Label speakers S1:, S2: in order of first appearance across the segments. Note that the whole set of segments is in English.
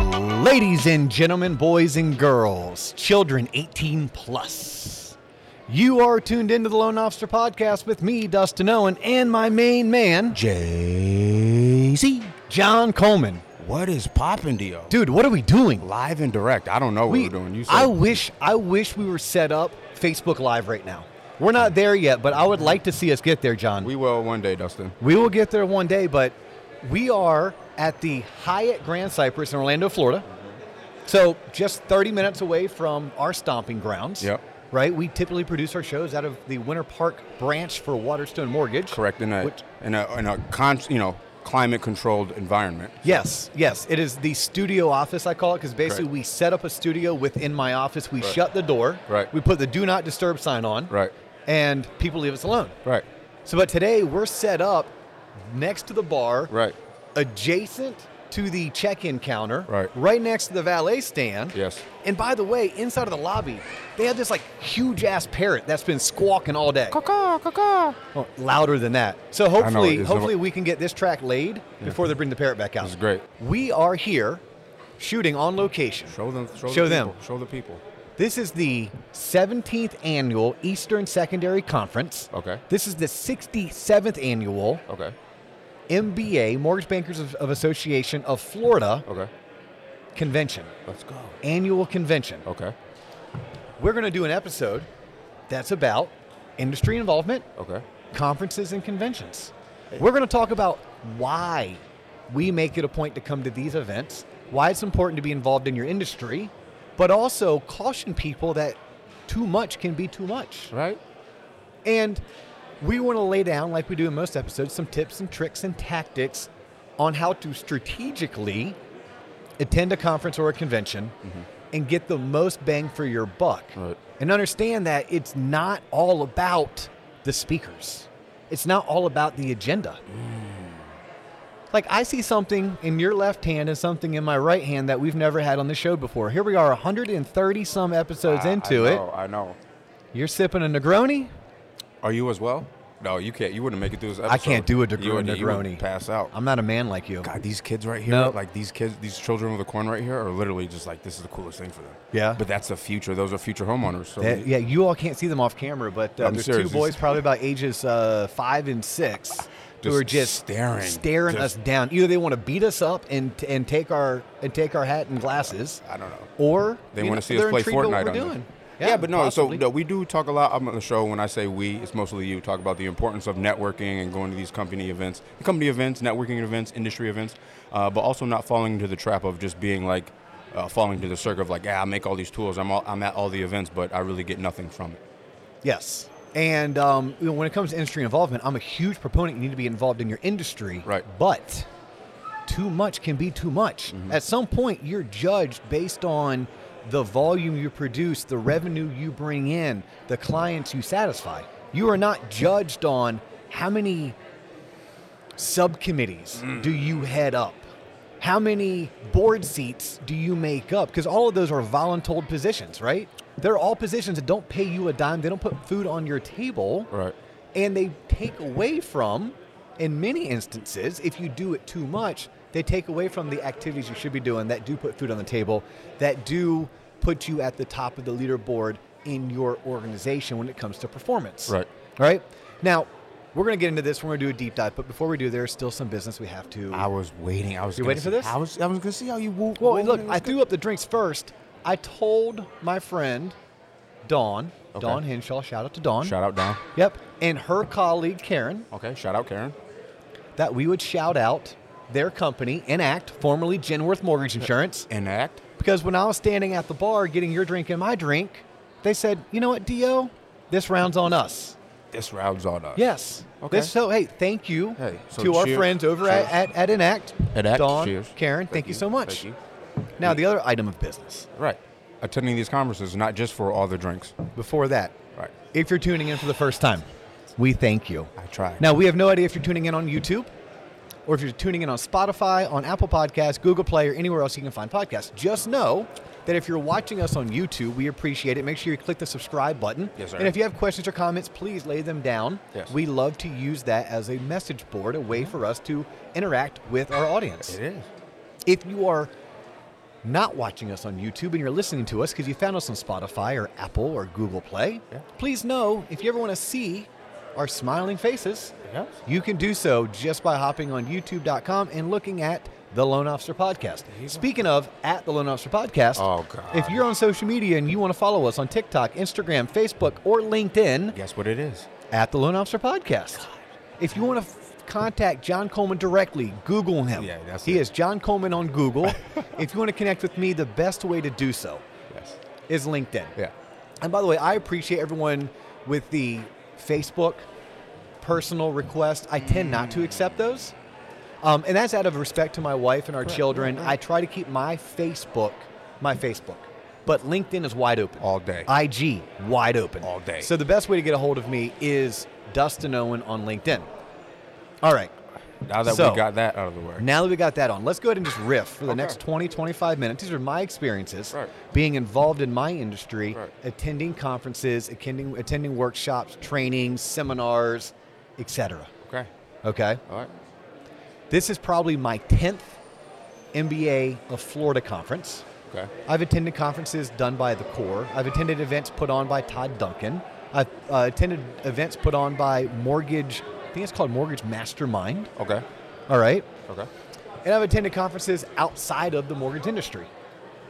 S1: Ladies and gentlemen, boys and girls, children 18 plus. You are tuned into the Lone Officer Podcast with me, Dustin Owen, and my main man,
S2: JC.
S1: John Coleman.
S2: What is poppin', Dio?
S1: Dude, what are we doing?
S2: Live and direct. I don't know what
S1: We-
S2: we, are doing. You said
S1: I wish I wish we were set up Facebook Live right now. We're not there yet, but I would like to see us get there, John.
S2: we will one day, Dustin.
S1: We will get there one day, but we are at the Hyatt Grand Cypress in Orlando, Florida. So just 30 minutes away from our stomping grounds.
S2: Yep.
S1: Right? We typically produce our shows out of the Winter Park branch for Waterstone Mortgage.
S2: Correct in a
S1: Which-
S2: in a in a con- you know climate controlled environment.
S1: Yes, yes. It is the studio office, I call it, because basically
S2: Correct.
S1: we set up a studio within my office. We shut the door.
S2: Right.
S1: We put the do not disturb sign on.
S2: Right.
S1: And people leave us alone.
S2: Right.
S1: So, but today we're set up next to the bar.
S2: Right.
S1: adjacent to the check-in counter,
S2: Right.
S1: next to the valet stand.
S2: Yes.
S1: And by the way, inside of the lobby, they have this like huge ass parrot that's been squawking all day. Oh, louder than that. So hopefully,
S2: it is.
S1: hopefully we can get this track laid before they bring the parrot back out.
S2: This is great.
S1: We are here shooting on location.
S2: Show them. Show,
S1: Show
S2: the
S1: them.
S2: People. Show the people.
S1: This is the 17th annual Eastern Secondary Conference.
S2: Okay.
S1: This is the 67th annual
S2: Okay.
S1: MBA Mortgage Bankers of, of Association of Florida
S2: Okay.
S1: convention.
S2: Let's go.
S1: annual convention.
S2: Okay.
S1: We're going to do an episode that's about industry involvement,
S2: Okay.
S1: conferences, and conventions. We're going to talk about why we make it a point to come to these events, why it's important to be involved in your industry, but also caution people that too much can be too much.
S2: Right.
S1: And we want to lay down, like we do in most episodes, some tips and tricks and tactics on how to strategically attend a conference or a convention and get the most bang for your buck.
S2: Mm-hmm. Right.
S1: And understand that it's not all about the speakers, it's not all about the agenda.
S2: Mm.
S1: Like, I see something in your left hand and something in my right hand that we've never had on the show before. Here we are, 130 some episodes
S2: I-
S1: into
S2: I
S1: it.
S2: know, I know.
S1: You're sipping a Negroni.
S2: Are you as well? No, you can't. You wouldn't make it through this episode.
S1: I can't do a
S2: You
S1: Negroni.
S2: would- you would
S1: Negroni.
S2: pass out.
S1: I'm not a man like you.
S2: God, these kids right here,
S1: No.
S2: like these kids, these children of the corn right here, are literally just like this is the coolest thing for them.
S1: Yeah.
S2: But that's the future. Those are future homeowners. So
S1: That- yeah, you all can't see them off camera, but uh,
S2: I'm
S1: there's
S2: serious.
S1: two boys, probably about ages uh, five and six, who
S2: Just
S1: are just
S2: staring.
S1: staring
S2: Just-
S1: us down. Either they want to beat us up and and take our and take our hat and glasses,
S2: I don't know.
S1: or
S2: They
S1: you
S2: want
S1: know,
S2: to see us
S1: they're
S2: play
S1: intrigued by What
S2: Fortnite
S1: we're
S2: on them.
S1: doing.
S2: Yeah, but no.
S1: possibly.
S2: So no, we do talk a lot on the show. When I say we, it's mostly you. Talk about the importance of networking and going to these company events, company events, networking events, industry events, uh, but also not falling into the trap of just being like uh, falling to the circle of like, yeah, I make all these tools. I'm all, I'm at all the events, but I really get nothing from it.
S1: Yes. And um, you know, when it comes to industry involvement, I'm a huge proponent. You need to be involved in your industry.
S2: Right.
S1: But too much can be too much. At some point, you're judged based on the volume you produce, the revenue you bring in, the clients you satisfy. You are not judged on how many subcommittees do you head up? How many board seats do you make up? Because all of those are voluntold positions, right? They're all positions that don't pay you a dime. They don't put food on your table.
S2: Right.
S1: And they take away from, in many instances, if you do it too much, they take away from the activities you should be doing that do put food on the table, that do put you at the top of the leaderboard in your organization when it comes to performance.
S2: Right.
S1: All right. Now, we're going to get into this. We're going to do a deep dive. But before we do, there's still some business we have to.
S2: I was waiting. I was.
S1: You
S2: gonna
S1: waiting for
S2: see-
S1: this?
S2: I was. I was gonna see how you. Woo-
S1: well,
S2: woo-
S1: look, I threw up the drinks first. I told my friend, Dawn,
S2: Okay.
S1: Dawn Henshaw, shout out to Dawn.
S2: Shout out, Don.
S1: Yep. And her colleague, Karen,
S2: Mm-hmm. Okay. Shout out, Karen.
S1: that we would shout out their company, Enact, formerly Genworth Mortgage Insurance.
S2: Enact.
S1: Because when I was standing at the bar getting your drink and my drink, they said, you know what, Dio, this round's on us.
S2: This rounds on us.
S1: Yes.
S2: Okay.
S1: This- so hey, thank you
S2: Hey, so
S1: to our
S2: cheer-
S1: friends over at, at,
S2: cheers.
S1: at Enact.
S2: Enact.
S1: Dawn,
S2: Cheers.
S1: Karen, thank, you so much.
S2: Thank you.
S1: Now the other item of business
S2: Right. Attending these conferences, not just for all the drinks.
S1: before that.
S2: Right.
S1: If you're tuning in for the first time, we thank you.
S2: I try.
S1: Now we have no idea if you're tuning in on YouTube or if you're tuning in on Spotify, on Apple Podcasts, Google Play, or anywhere else you can find podcasts. Just know that if you're watching us on YouTube, we appreciate it. Make sure you click the subscribe button.
S2: Yes, sir.
S1: And if you have questions or comments, please lay them down.
S2: Yes. Mm-hmm.
S1: We love to use that as a message board, a way for us to interact with our audience.
S2: is.
S1: If you are not watching us on YouTube and you're listening to us because you found us on Spotify or Apple or Google Play,
S2: Yeah.
S1: please know if you ever want to see our smiling faces,
S2: Yes.
S1: you can do so just by hopping on youtube.com and looking at the Lone Officer Podcast. Speaking of at the Lone Officer Podcast,
S2: Oh, God.
S1: if you're on social media and you want to follow us on TikTok, Instagram, Facebook, or LinkedIn,
S2: Guess what it is?
S1: at the Loan Officer Podcast. If you want to f- contact John Coleman directly, Google him.
S2: Yeah, that's
S1: he
S2: it.
S1: is John Coleman on Google. if you want to connect with me, the best way to do so
S2: Yes.
S1: is LinkedIn.
S2: Yeah.
S1: And by the way, I appreciate everyone with the Facebook personal request. I tend not to accept those. Um, and that's out of respect to my wife and our children. I try to keep my Facebook, my Facebook. But LinkedIn is wide open.
S2: All day.
S1: IG, wide open.
S2: All day.
S1: So the best way to get a hold of me is Dustin Owen on LinkedIn. All right.
S2: Now that
S1: So-
S2: we got that out of the way.
S1: Now that we got that on, let's go ahead and just riff for the
S2: Okay.
S1: next 20, 25 minutes. These are my experiences
S2: Right.
S1: being involved in my industry,
S2: Right.
S1: attending conferences, attending attending workshops, trainings, seminars, etc.
S2: okay.
S1: Okay?
S2: All right.
S1: This is probably my 10th MBA of Florida conference.
S2: Okay.
S1: I've attended conferences done by the Corps. I've attended events put on by Todd Duncan. I've uh, attended events put on by Mortgage, I think it's called Mortgage Mastermind.
S2: Okay.
S1: All right.
S2: Okay.
S1: And I've attended conferences outside of the mortgage industry.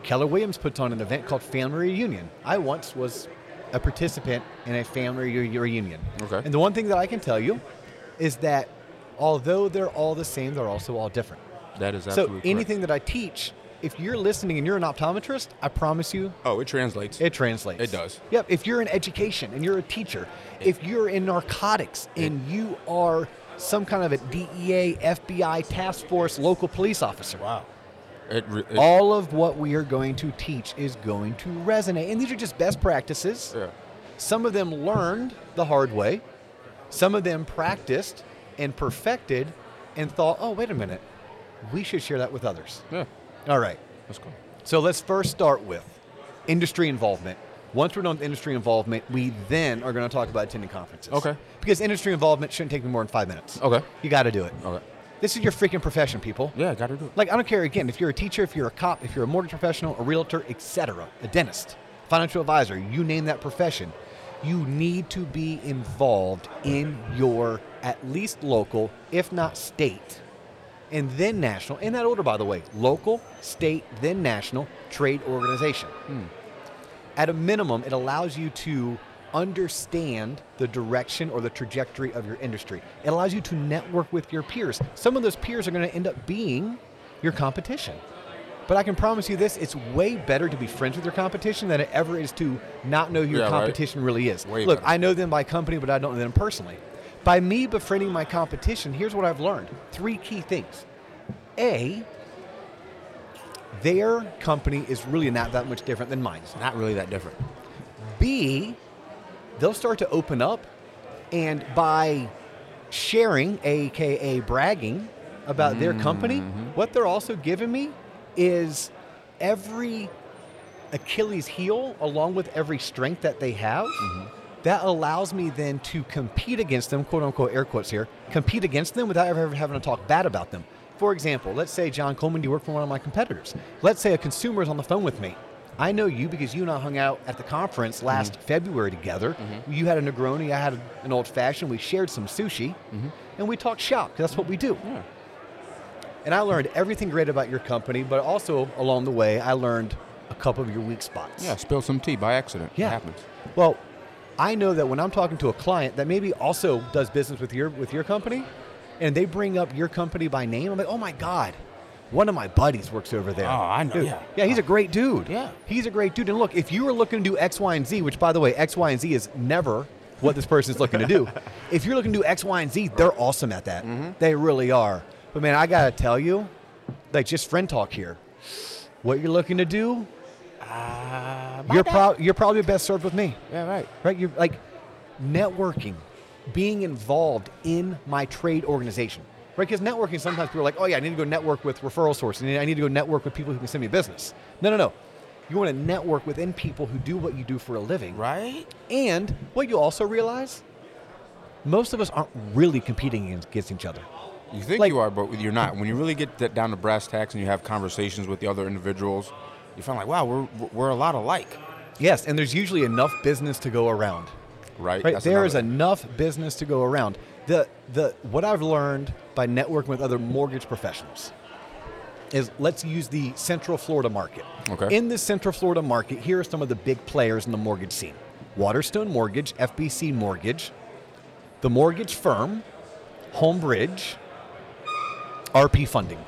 S1: Keller Williams puts on an event called Family Reunion. I once was a participant in a family re- reunion.
S2: Okay.
S1: And the one thing that I can tell you is that although they're all the same, they're also all different.
S2: That is
S1: so
S2: absolutely correct.
S1: anything that I teach, if you're listening and you're an optometrist, I promise you
S2: Oh, it translates.
S1: it translates.
S2: It does.
S1: Yep. If you're in education and you're a teacher, if you're in narcotics and you are some kind of a DEA, FBI, task force, local police officer,
S2: wow. It, re- it
S1: all of what we are going to teach is going to resonate. And these are just best practices.
S2: yeah.
S1: Some of them learned the hard way, some of them practiced and perfected and thought, oh, wait a minute, we should share that with others.
S2: Yeah.
S1: All right.
S2: That's cool.
S1: So let's first start with industry involvement. Once we're done with industry involvement, we then are going to talk about attending conferences.
S2: Okay.
S1: Because industry involvement shouldn't take me more than five minutes.
S2: Okay.
S1: You got to do it.
S2: Okay.
S1: This is your freaking profession, people.
S2: Yeah, got to do it.
S1: Like I don't care again if you're a teacher, if you're a cop, if you're a mortgage professional, a realtor, etc., a dentist, financial advisor, you name that profession, you need to be involved in your at least local, if not state, and then national, in that order by the way, local, state, then national trade organization. At a minimum, it allows you to understand the direction or the trajectory of your industry. It allows you to network with your peers. Some of those peers are going to end up being your competition. But I can promise you this it's way better to be friends with your competition than it ever is to not know who your
S2: Yeah, right.
S1: competition really is.
S2: Way
S1: Look,
S2: better.
S1: I know them by company, but I don't know them personally. By me befriending my competition, here's what I've learned three key things. A, their company is really not that much different than mine.
S2: Not really that different.
S1: B, they'll start to open up, and by sharing, aka bragging, about their company, what they're also giving me is every Achilles heel along with every strength that they have.
S2: Mm-hmm.
S1: That allows me then to compete against them, quote unquote, air quotes here, compete against them without ever having to talk bad about them. For example, let's say, John Coleman, you work for one of my competitors. Let's say a consumer is on the phone with me. I know you because you and I hung out at the
S2: Mm-hmm.
S1: conference last February together. You had a Negroni, I had an old fashioned, we shared some sushi, and we talked shop 'cause that's what we do.
S2: Mm-hmm. Yeah.
S1: And I learned everything great about your company, but also along the way, I learned a couple of your weak spots.
S2: Yeah, spill some tea by accident.
S1: Yeah.
S2: It happens.
S1: Well, I know that when I'm talking to a client that maybe also does business with your with your company, and they bring up your company by name, I'm like, oh my god, one of my buddies works over there.
S2: Oh, I know,
S1: Dude,
S2: yeah.
S1: yeah, he's a great dude.
S2: Yeah.
S1: he's a great dude. And look, if you were looking to do X, Y, and Z, which by the way, X, Y, and Z is never what this person's looking to do. If you're looking to do X, Y, and Z, they're awesome at that. They really are. But man, I gotta tell you, like just friend talk here. What you're looking to do, you're, pro- you're probably best served with me
S2: Yeah, right.
S1: right? You're like networking, being involved in my trade organization, right? Because networking sometimes people are like, oh yeah, I need to go network with referral sources. I need- I need to go network with people who can send me business. No, no, no. You want to network within people who do what you do for a living,
S2: Right?
S1: and what you also realize, most of us aren't really competing against- against each other.
S2: You think
S1: Like-
S2: you are, but you're not. When you really get that down to brass tacks and you have conversations with the other individuals, you find like, wow, we're we're a lot alike,
S1: Yes, and there's usually enough business to go around.
S2: right?
S1: Right,
S2: That's
S1: there is
S2: another-
S1: enough business to go around. The the what I've learned by networking with other mortgage professionals is let's use the Central Florida market.
S2: Okay.
S1: In the Central Florida market, here are some of the big players in the mortgage scene: Waterstone Mortgage, FBC Mortgage, the Mortgage Firm, Homebridge, RP Funding.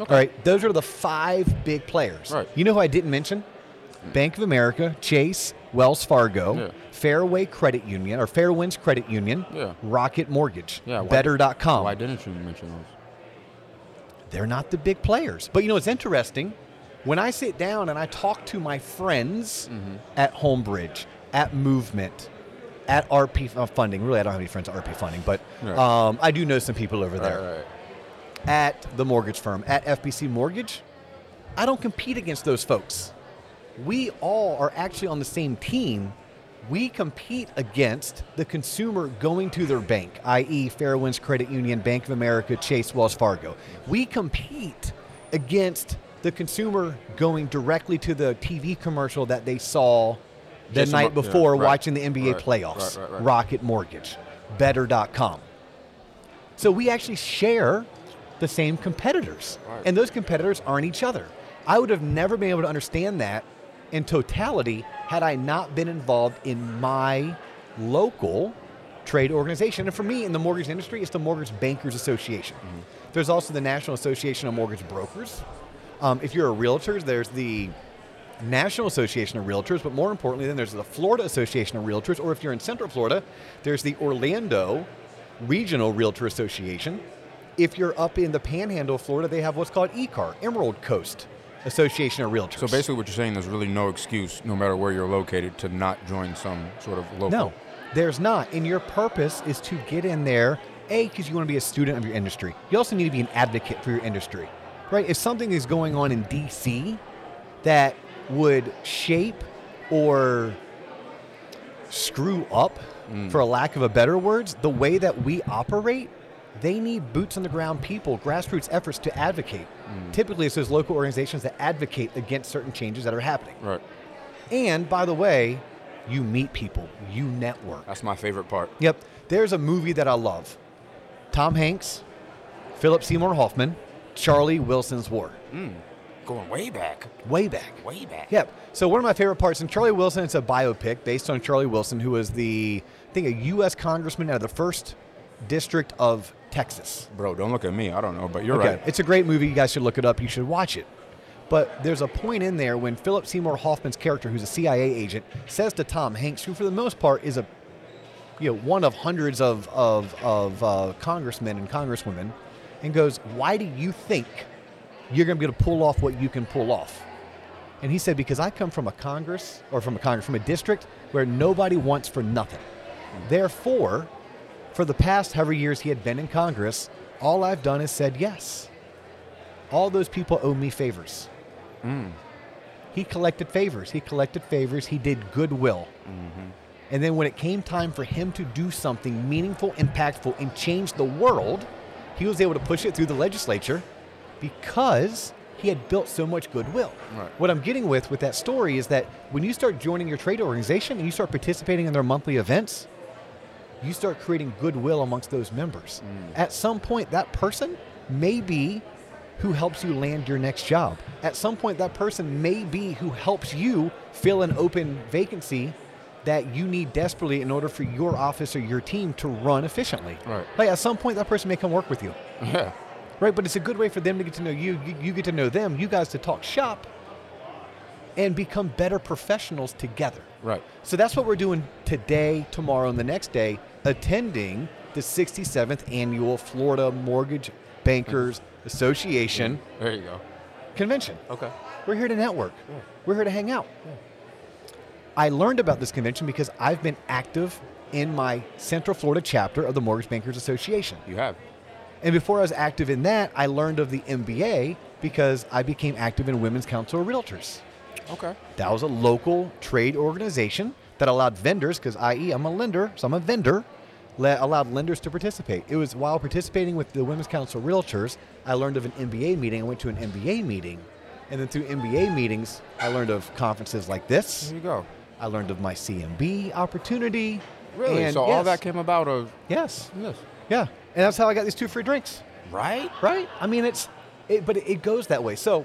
S1: All right, those are the five big players.
S2: Right.
S1: You know who I didn't mention? Bank of America, Chase, Wells Fargo,
S2: Yeah.
S1: Fairway Credit Union or Fairwinds Credit Union,
S2: Yeah.
S1: Rocket Mortgage,
S2: Yeah, why-
S1: Better.com.
S2: Why Oh, didn't you mention those?
S1: They're not the big players. But you know, it's interesting. When I sit down and I talk to my friends
S2: Mm-hmm.
S1: at Homebridge, at Movement, at RP uh, Funding, really, I don't have any friends at RP Funding, but
S2: Right.
S1: um, I do know some people over there.
S2: Right, right.
S1: at the mortgage firm, at FBC Mortgage, I don't compete against those folks. We all are actually on the same team. We compete against the consumer going to their bank, i.e., Fairwinds Credit Union, Bank of America, Chase, Wells Fargo. We compete against the consumer going directly to the TV commercial that they saw the
S2: Jason
S1: night
S2: Mo- yeah,
S1: before
S2: right,
S1: watching the NBA
S2: right,
S1: playoffs.
S2: right, right, right.
S1: Rocket Mortgage, Better.com. So we actually share the same competitors.
S2: Right.
S1: And those competitors aren't each other. I would have never been able to understand that in totality had I not been involved in my local trade organization. And for me, in the mortgage industry, it's the Mortgage Bankers Association. There's also the National Association of Mortgage Brokers. Um, if you're a realtor, there's the National Association of Realtors, but more importantly, then there's the Florida Association of Realtors, or if you're in Central Florida, there's the Orlando Regional Realtor Association. If you're up in the Panhandle of Florida, they have what's called ECAR, Emerald Coast Association of Realtors.
S2: So basically, what you're saying, there's really no excuse, no matter where you're located, to not join some sort of local.
S1: No, there's not. And your purpose is to get in there, A, because you want to be a student of your industry. You also need to be an advocate for your industry, right? If something is going on in DC that would shape or screw up, for a lack of a better words, the way that we operate, they need boots on the ground people, grassroots efforts to advocate. Typically, it's those local organizations that advocate against certain changes that are happening.
S2: Right.
S1: And by the way, you meet people, you network.
S2: That's my favorite part.
S1: Yep. There's a movie that I love Tom Hanks, Philip Seymour Hoffman, Charlie Wilson's War.
S2: Going way back.
S1: Way back.
S2: Way back.
S1: Yep. So, one of my favorite parts in Charlie Wilson, it's a biopic based on Charlie Wilson, who was the, I think, a U.S. congressman out of the first district of Texas.
S2: Bro, don't look at me. I don't know, but you're
S1: Okay.
S2: right.
S1: It's a great movie. You guys should look it up. You should watch it. But there's a point in there when Philip Seymour Hoffman's character, who's a CIA agent, says to Tom Hanks, who for the most part is a, you know, one of hundreds of of of uh, congressmen and congresswomen, and goes, "Why do you think you're going to be able to pull off what you can pull off?" And he said, "Because I come from a Congress or from a Congress from a district where nobody wants for nothing. Therefore, for the past however years he had been in Congress, all I've done is said yes. All those people owe me favors. He collected favors. He collected favors. He did goodwill. And then when it came time for him to do something meaningful, impactful, and change the world, he was able to push it through the legislature because he had built so much goodwill.
S2: Right.
S1: What I'm getting with with that story is that when you start joining your trade organization and you start participating in their monthly events, you start creating goodwill amongst those members.
S2: Mm.
S1: At some point, that person may be who helps you land your next job. At some point, that person may be who helps you fill an open vacancy that you need desperately in order for your office or your team to run efficiently.
S2: Right.
S1: Like at some point, that person may come work with you.
S2: Yeah.
S1: Right, but it's a good way for them to get to know you. You, you get to know them. You guys to talk shop and become better professionals together.
S2: Right.
S1: So that's what we're doing today, tomorrow, and the next day, attending the 67th annual Florida Mortgage Bankers Association
S2: There you go.
S1: convention.
S2: Okay.
S1: We're here to network. We're here to hang out. I learned about this convention because I've been active in my Central Florida chapter of the Mortgage Bankers Association.
S2: You have.
S1: And before I was active in that, I learned of the MBA because I became active in Women's Council of Realtors.
S2: Okay.
S1: That was a E, local trade organization that allowed vendors, because i.e. I'm a lender, so I'm a vendor, le- allowed lenders to participate. It was while participating with the Women's Council Realtors, I learned of an MBA meeting. I went to an MBA meeting. And then through MBA meetings, I learned of conferences like this.
S2: There you go.
S1: I learned of my CMB opportunity.
S2: Really?
S1: And
S2: so all
S1: yes,
S2: that came about of
S1: Yes.
S2: this,
S1: Yeah. And that's how I got these two free drinks.
S2: right?
S1: Right? I mean, it's, it, but it goes that way. So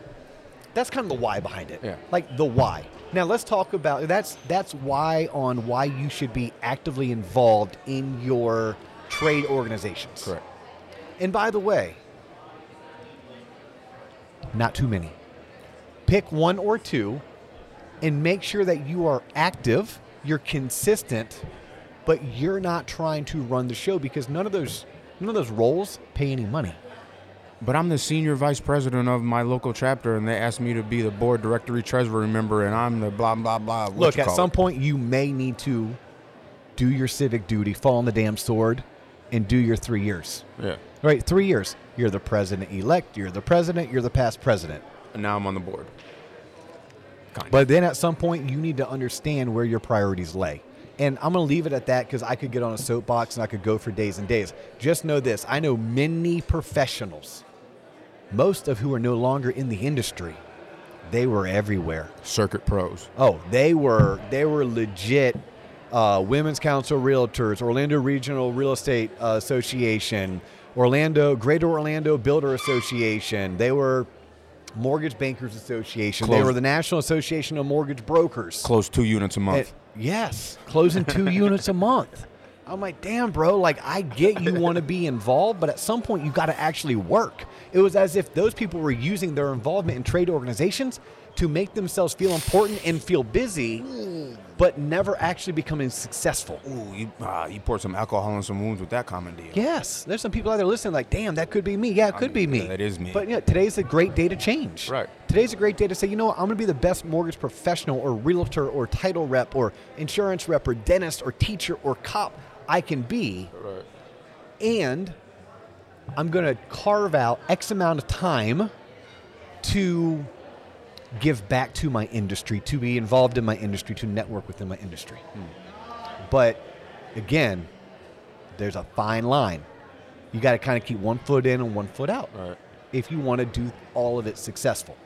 S1: that's kind of the why behind it.
S2: Yeah.
S1: Like the why. Now let's talk about that's that's why on why you should be actively involved in your trade organizations.
S2: Correct.
S1: And by the way, not too many. Pick one or two and make sure that you are active, you're consistent, but you're not trying to run the show because none of those none of those roles pay any money.
S2: But I'm the senior vice president of my local chapter, and they asked me to be the board directory treasury member, and I'm the blah blah blah. what
S1: Look,
S2: you
S1: at
S2: call
S1: some
S2: it.
S1: point you may need to do your civic duty, fall on the damn sword, and do your three years.
S2: Yeah.
S1: Right, three years. You're the president elect, you're the president, you're the past president.
S2: And now I'm on the board.
S1: But then at some point, you need to understand where your priorities lay. And I'm going to leave it at that because I could get on a soapbox and I could go for days and days. Just know this I know many professionals, most of who are no longer in the industry. They were everywhere.
S2: Circuit pros.
S1: Oh, they were they were legit uh, Women's Council Realtors, Orlando Regional Real Estate uh, Association, Orlando Greater Orlando Builder Association. They were Mortgage Bankers Association. They
S2: Close.
S1: were the National Association of Mortgage Brokers.
S2: Close two units a month.
S1: It- yes, closing two units a month. I'm like, damn, bro. Like, I get you want to be involved, but at some point you got to actually work. It was as if those people were using their involvement in trade organizations to make themselves feel important and feel busy, but never actually becoming successful.
S2: Ooh, you, ah, you poured some alcohol and some wounds with that comment deal.
S1: Yes, there's some people out there listening, like, damn, that could be me. Yeah, it could
S2: mean,
S1: be me.
S2: yeah, that is me.
S1: But you know, today's a great day to change.
S2: Right.
S1: Today's a great day to say, you know what, I'm going to be the best mortgage professional or realtor or title rep or insurance rep or dentist or teacher or cop I can be.
S2: Right.
S1: And I'm going to carve out X amount of time to give back to my industry, to be involved in my industry, to network within my industry. But again, there's a fine line. You got to kind of keep one foot in and one foot out
S2: Right.
S1: if you want to do all of it successful.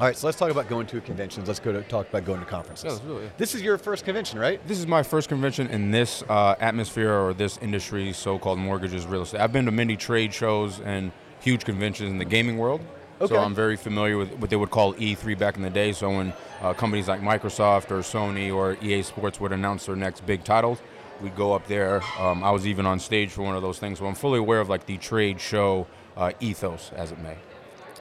S1: All right, so let's talk about going to conventions. Let's go to talk about going to conferences.
S2: Yeah, let's do it, yeah.
S1: This is your first convention, right?
S2: This is my first convention in this uh, atmosphere or this industry, so-called mortgages, real estate. I've been to many trade shows and huge conventions in the gaming world,
S1: Okay.
S2: so I'm very familiar with what they would call E3 back in the day. So when uh, companies like Microsoft or Sony or EA Sports would announce their next big titles, we'd go up there. Um, I was even on stage for one of those things, so I'm fully aware of like the trade show uh, ethos, as it may.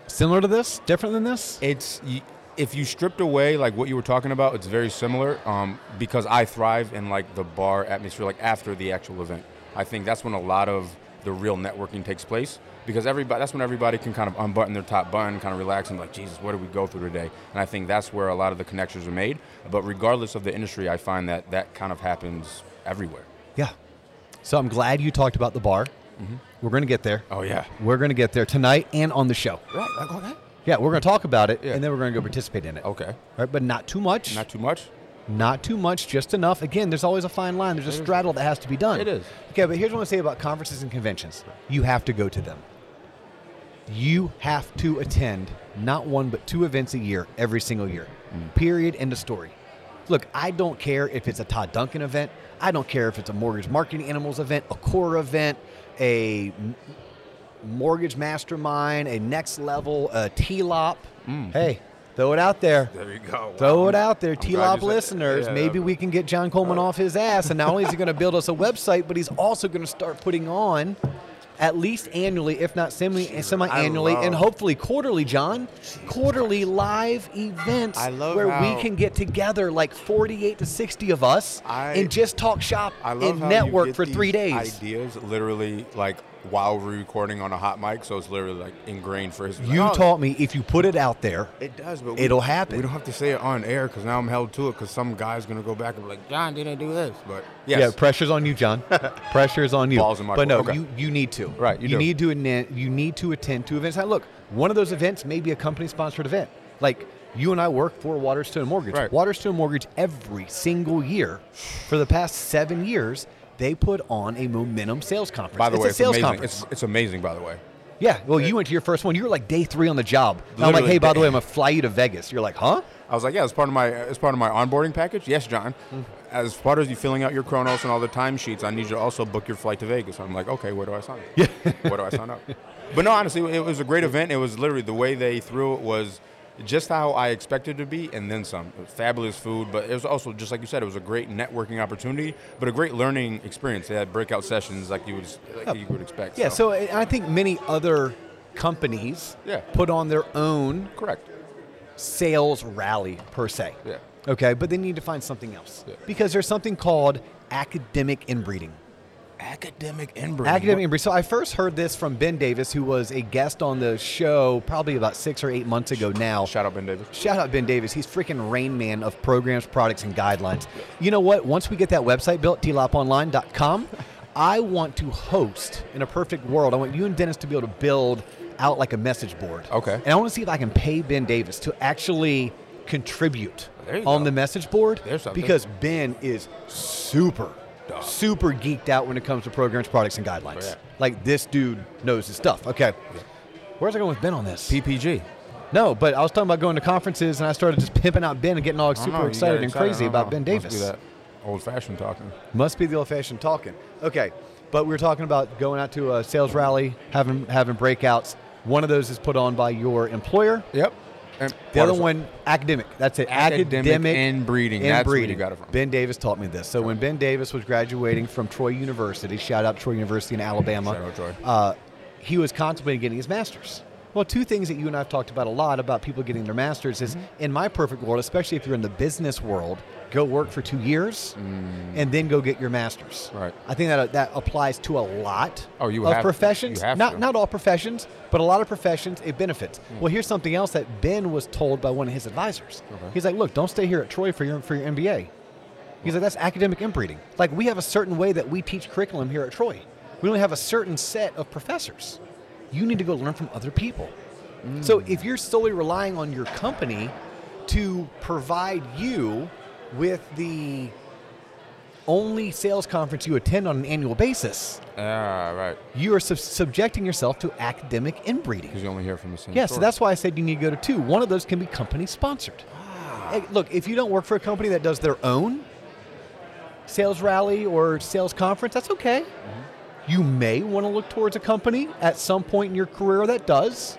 S1: Similar to this? Different than this?
S2: It's y- if you stripped away like what you were talking about, it's very similar. Um, because I thrive in like the bar atmosphere, like after the actual event. I think that's when a lot of the real networking takes place. Because everybody, that's when everybody can kind of unbutton their top button, kind of relax and be like, Jesus, what did we go through today? And I think that's where a lot of the connections are made. But regardless of the industry, I find that that kind of happens everywhere.
S1: Yeah. So I'm glad you talked about the bar.
S2: Mm-hmm.
S1: We're going to get there.
S2: Oh yeah,
S1: We're going to get there tonight and on the show.
S2: right. Like all that.
S1: Yeah, we're going to talk about it
S2: Yeah.
S1: and then we're going to go participate in it.
S2: Okay,
S1: All right, but not too much.
S2: not too much.
S1: Not too much, just enough. Again, there's always a fine line. There's a straddle that has to be done.
S2: It is.
S1: Okay, but here's what I want to say about conferences and conventions. You have to go to them. You have to attend not one but two events a year every single year.
S2: Mm.
S1: Period. End of story. Look, I don't care if it's a Todd Duncan event. I don't care if it's a Mortgage Marketing Animals event, a Core event, a m- Mortgage Mastermind, a Next Level, a TLOP.
S2: Mm.
S1: Hey, throw it out there.
S2: There you go.
S1: Throw it out there,
S2: I'm glad
S1: T
S2: you
S1: Lop
S2: said-
S1: listeners.
S2: yeah,
S1: maybe we can get John Coleman off his ass. And not only is he going to build us a website, but he's also going to start putting on at least annually, if not semi semi annually, and
S2: love-
S1: hopefully quarterly, John, quarterly live events
S2: I love
S1: where
S2: how-
S1: we can get together like 48 to 60 of us
S2: I-
S1: and just talk shop
S2: I love
S1: and
S2: how you
S1: network
S2: get
S1: for three
S2: these
S1: days.
S2: Ideas literally like while we're recording on a hot mic, so it's literally like ingrained for his.
S1: You
S2: Oh,
S1: taught me if you put it out there,
S2: It does, but
S1: It'll happen.
S2: We don't have to say it on air because now I'm held to it because some guy's gonna go back and be like, John didn't do this, but yes,
S1: Yeah, pressure's on you, John. pressure's on you.
S2: Balls in my
S1: but no,
S2: court. Okay.
S1: you, you need to.
S2: Right, you do.
S1: need to atten- you need to attend to events. Now, look, one of those events may be a company sponsored event. Like you and I work for Waterstone Mortgage.
S2: Right.
S1: Waterstone Mortgage every single year for the past seven years They put on a momentum sales conference.
S2: By the
S1: it's
S2: way,
S1: a
S2: it's
S1: sales
S2: amazing.
S1: conference.
S2: It's, it's amazing, by the way.
S1: yeah. Well, you went to your first one. You were like day three on the job. And I'm like,
S2: Literally
S1: hey, by the
S2: day-
S1: way, I'm gonna fly you to Vegas. You're like, huh?
S2: I was like, yeah, it's part of my it's part of my onboarding package. Yes, John.
S1: Mm-hmm.
S2: As part of you filling out your chronos and all the timesheets, I need you to also book your flight to Vegas. I'm like, okay, where do I sign? Yeah. where do I sign up? But no, honestly, it was a great event. It was literally the way they threw it was just how I expected to be, and then some. It was fabulous food, but it was also just like you said, it was a great networking opportunity, but a great learning experience. They had breakout sessions like you would like you would expect.
S1: Yeah. So I I think many other companies
S2: Yeah.
S1: put on their own
S2: correct.
S1: sales rally per se.
S2: Yeah.
S1: Okay, but they need to find something else
S2: Yeah.
S1: because there's something called academic inbreeding.
S2: Academic inbreeding.
S1: Academic inbreeding. So I first heard this from Ben Davis, who was a guest on the show probably about six or eight months ago now.
S2: Shout out Ben Davis.
S1: Shout out Ben Davis. He's freaking rain man of programs, products, and guidelines. You know what? Once we get that website built, tloponline.com, I want to host in a perfect world. I want you and Dennis to be able to build out like a message board.
S2: Okay.
S1: And I want to see if I can pay Ben Davis to actually contribute
S2: There you
S1: on
S2: go.
S1: the message board
S2: There's something.
S1: because Ben is super, super geeked out when it comes to programs, products, and guidelines.
S2: Oh, Yeah.
S1: Like this dude knows his stuff. Okay. Where's I going with Ben on this?
S2: PPG.
S1: No, but I was talking about going to conferences, and I started just pimping out Ben and getting all
S2: I don't
S1: super
S2: know, you got
S1: excited and crazy
S2: I don't
S1: about
S2: know.
S1: Ben
S2: Must
S1: Davis.
S2: be that old-fashioned talking.
S1: Must be the old-fashioned talking. Okay, but we were talking about going out to a sales rally, having having breakouts. One of those is put on by your employer.
S2: Yep. And
S1: The other one, academic. That's it.
S2: Academic inbreeding. That's where you
S1: inbreeding.
S2: got it from.
S1: Ben Davis taught me this. So when Ben Davis was graduating from Troy University, shout out Troy University in Alabama.
S2: Shout out Troy.
S1: Uh, he was contemplating getting his master's. Well, two things that you and I have talked about a lot about people getting their master's is
S2: Mm-hmm.
S1: in my perfect world, especially if you're in the business world, go work for two years and then go get your master's.
S2: Mm. Right.
S1: I think that that applies to a lot
S2: Oh, you
S1: of
S2: have to. You
S1: professions.
S2: have
S1: not
S2: to. Hmm.
S1: not all professions, but a lot of professions it benefits. Well, here's something else that Ben was told by one of his advisors. He's like, look, don't stay here at Troy for your for your MBA. He's like, that's academic inbreeding. Like we have a certain way that we teach curriculum here at Troy. We only have a certain set of professors. You need to go learn from other people.
S2: Hmm.
S1: So if you're solely relying on your company to provide you with the only sales conference you attend on an annual basis,
S2: Ah, right.
S1: you are sub- subjecting yourself to academic inbreeding.
S2: Because you only hear from the same.
S1: Yeah,
S2: source.
S1: so that's why I said you need to go to two. One of those can be company sponsored. Hey, Look, if you don't work for a company that does their own sales rally or sales conference, that's okay. You may want to look towards a company at some point in your career that does.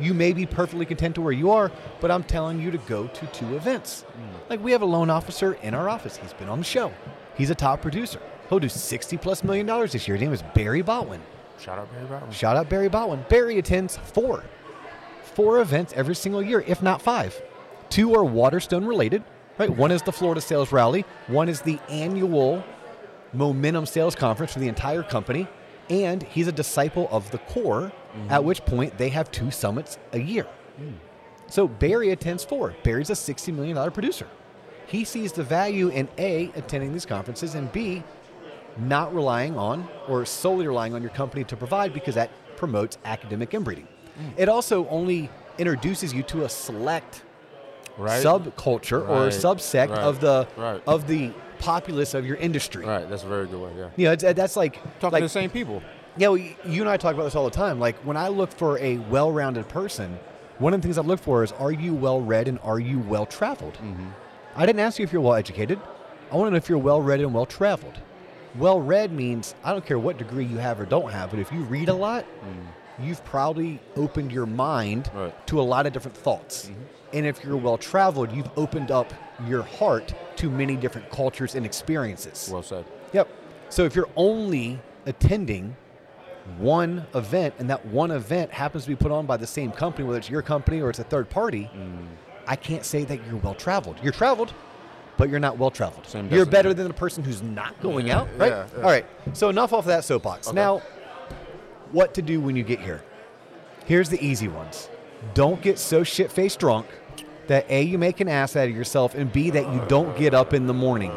S1: You may be perfectly content to where you are, but I'm telling you to go to two events. Like we have a loan officer in our office. He's been on the show. He's a top producer. He'll do 60 plus million dollars this year. His name is Barry Botwin.
S2: Shout out Barry Bottom.
S1: Shout out Barry Botwin. Barry attends four, four events every single year, if not five. Two are Waterstone related, right? One is the Florida Sales Rally. One is the annual Momentum Sales Conference for the entire company. And he's a disciple of the core, at which point they have two summits a year. So Barry attends four. Barry's a $60 million producer. He sees the value in A, attending these conferences, and B, not relying on or solely relying on your company to provide because that promotes academic inbreeding.
S2: Mm.
S1: It also only introduces you to a select
S2: Right.
S1: subculture or
S2: Right.
S1: subsect of the
S2: Right.
S1: of the populace of your industry.
S2: Right. That's a very good way. Yeah.
S1: You know, it's, that's like
S2: Talking
S1: like
S2: to the same people.
S1: yeah, well, you and I talk about this all the time. Like when I look for a well-rounded person, one of the things I look for is are you well-read and are you well-traveled. I didn't ask you if you're well-educated. I want to know if you're well-read and well-traveled. Well-read means I don't care what degree you have or don't have, but if you read a lot, you've probably opened your mind
S2: Right.
S1: to a lot of different thoughts. And if you're well-traveled, you've opened up your heart to many different cultures and experiences.
S2: Well said.
S1: Yep. So if you're only attending one event and that one event happens to be put on by the same company, whether it's your company or it's a third party,
S2: Mm.
S1: I can't say that you're well traveled. You're traveled, but you're not well traveled.
S2: Same
S1: You're
S2: doesn't-
S1: better than the person who's not going out, right?
S2: yeah, yeah.
S1: All right. So enough off that soapbox. Now, what to do when you get here? Here's the easy ones. Don't get so shit faced drunk that A, you make an ass out of yourself, and B, that you don't get up in the morning.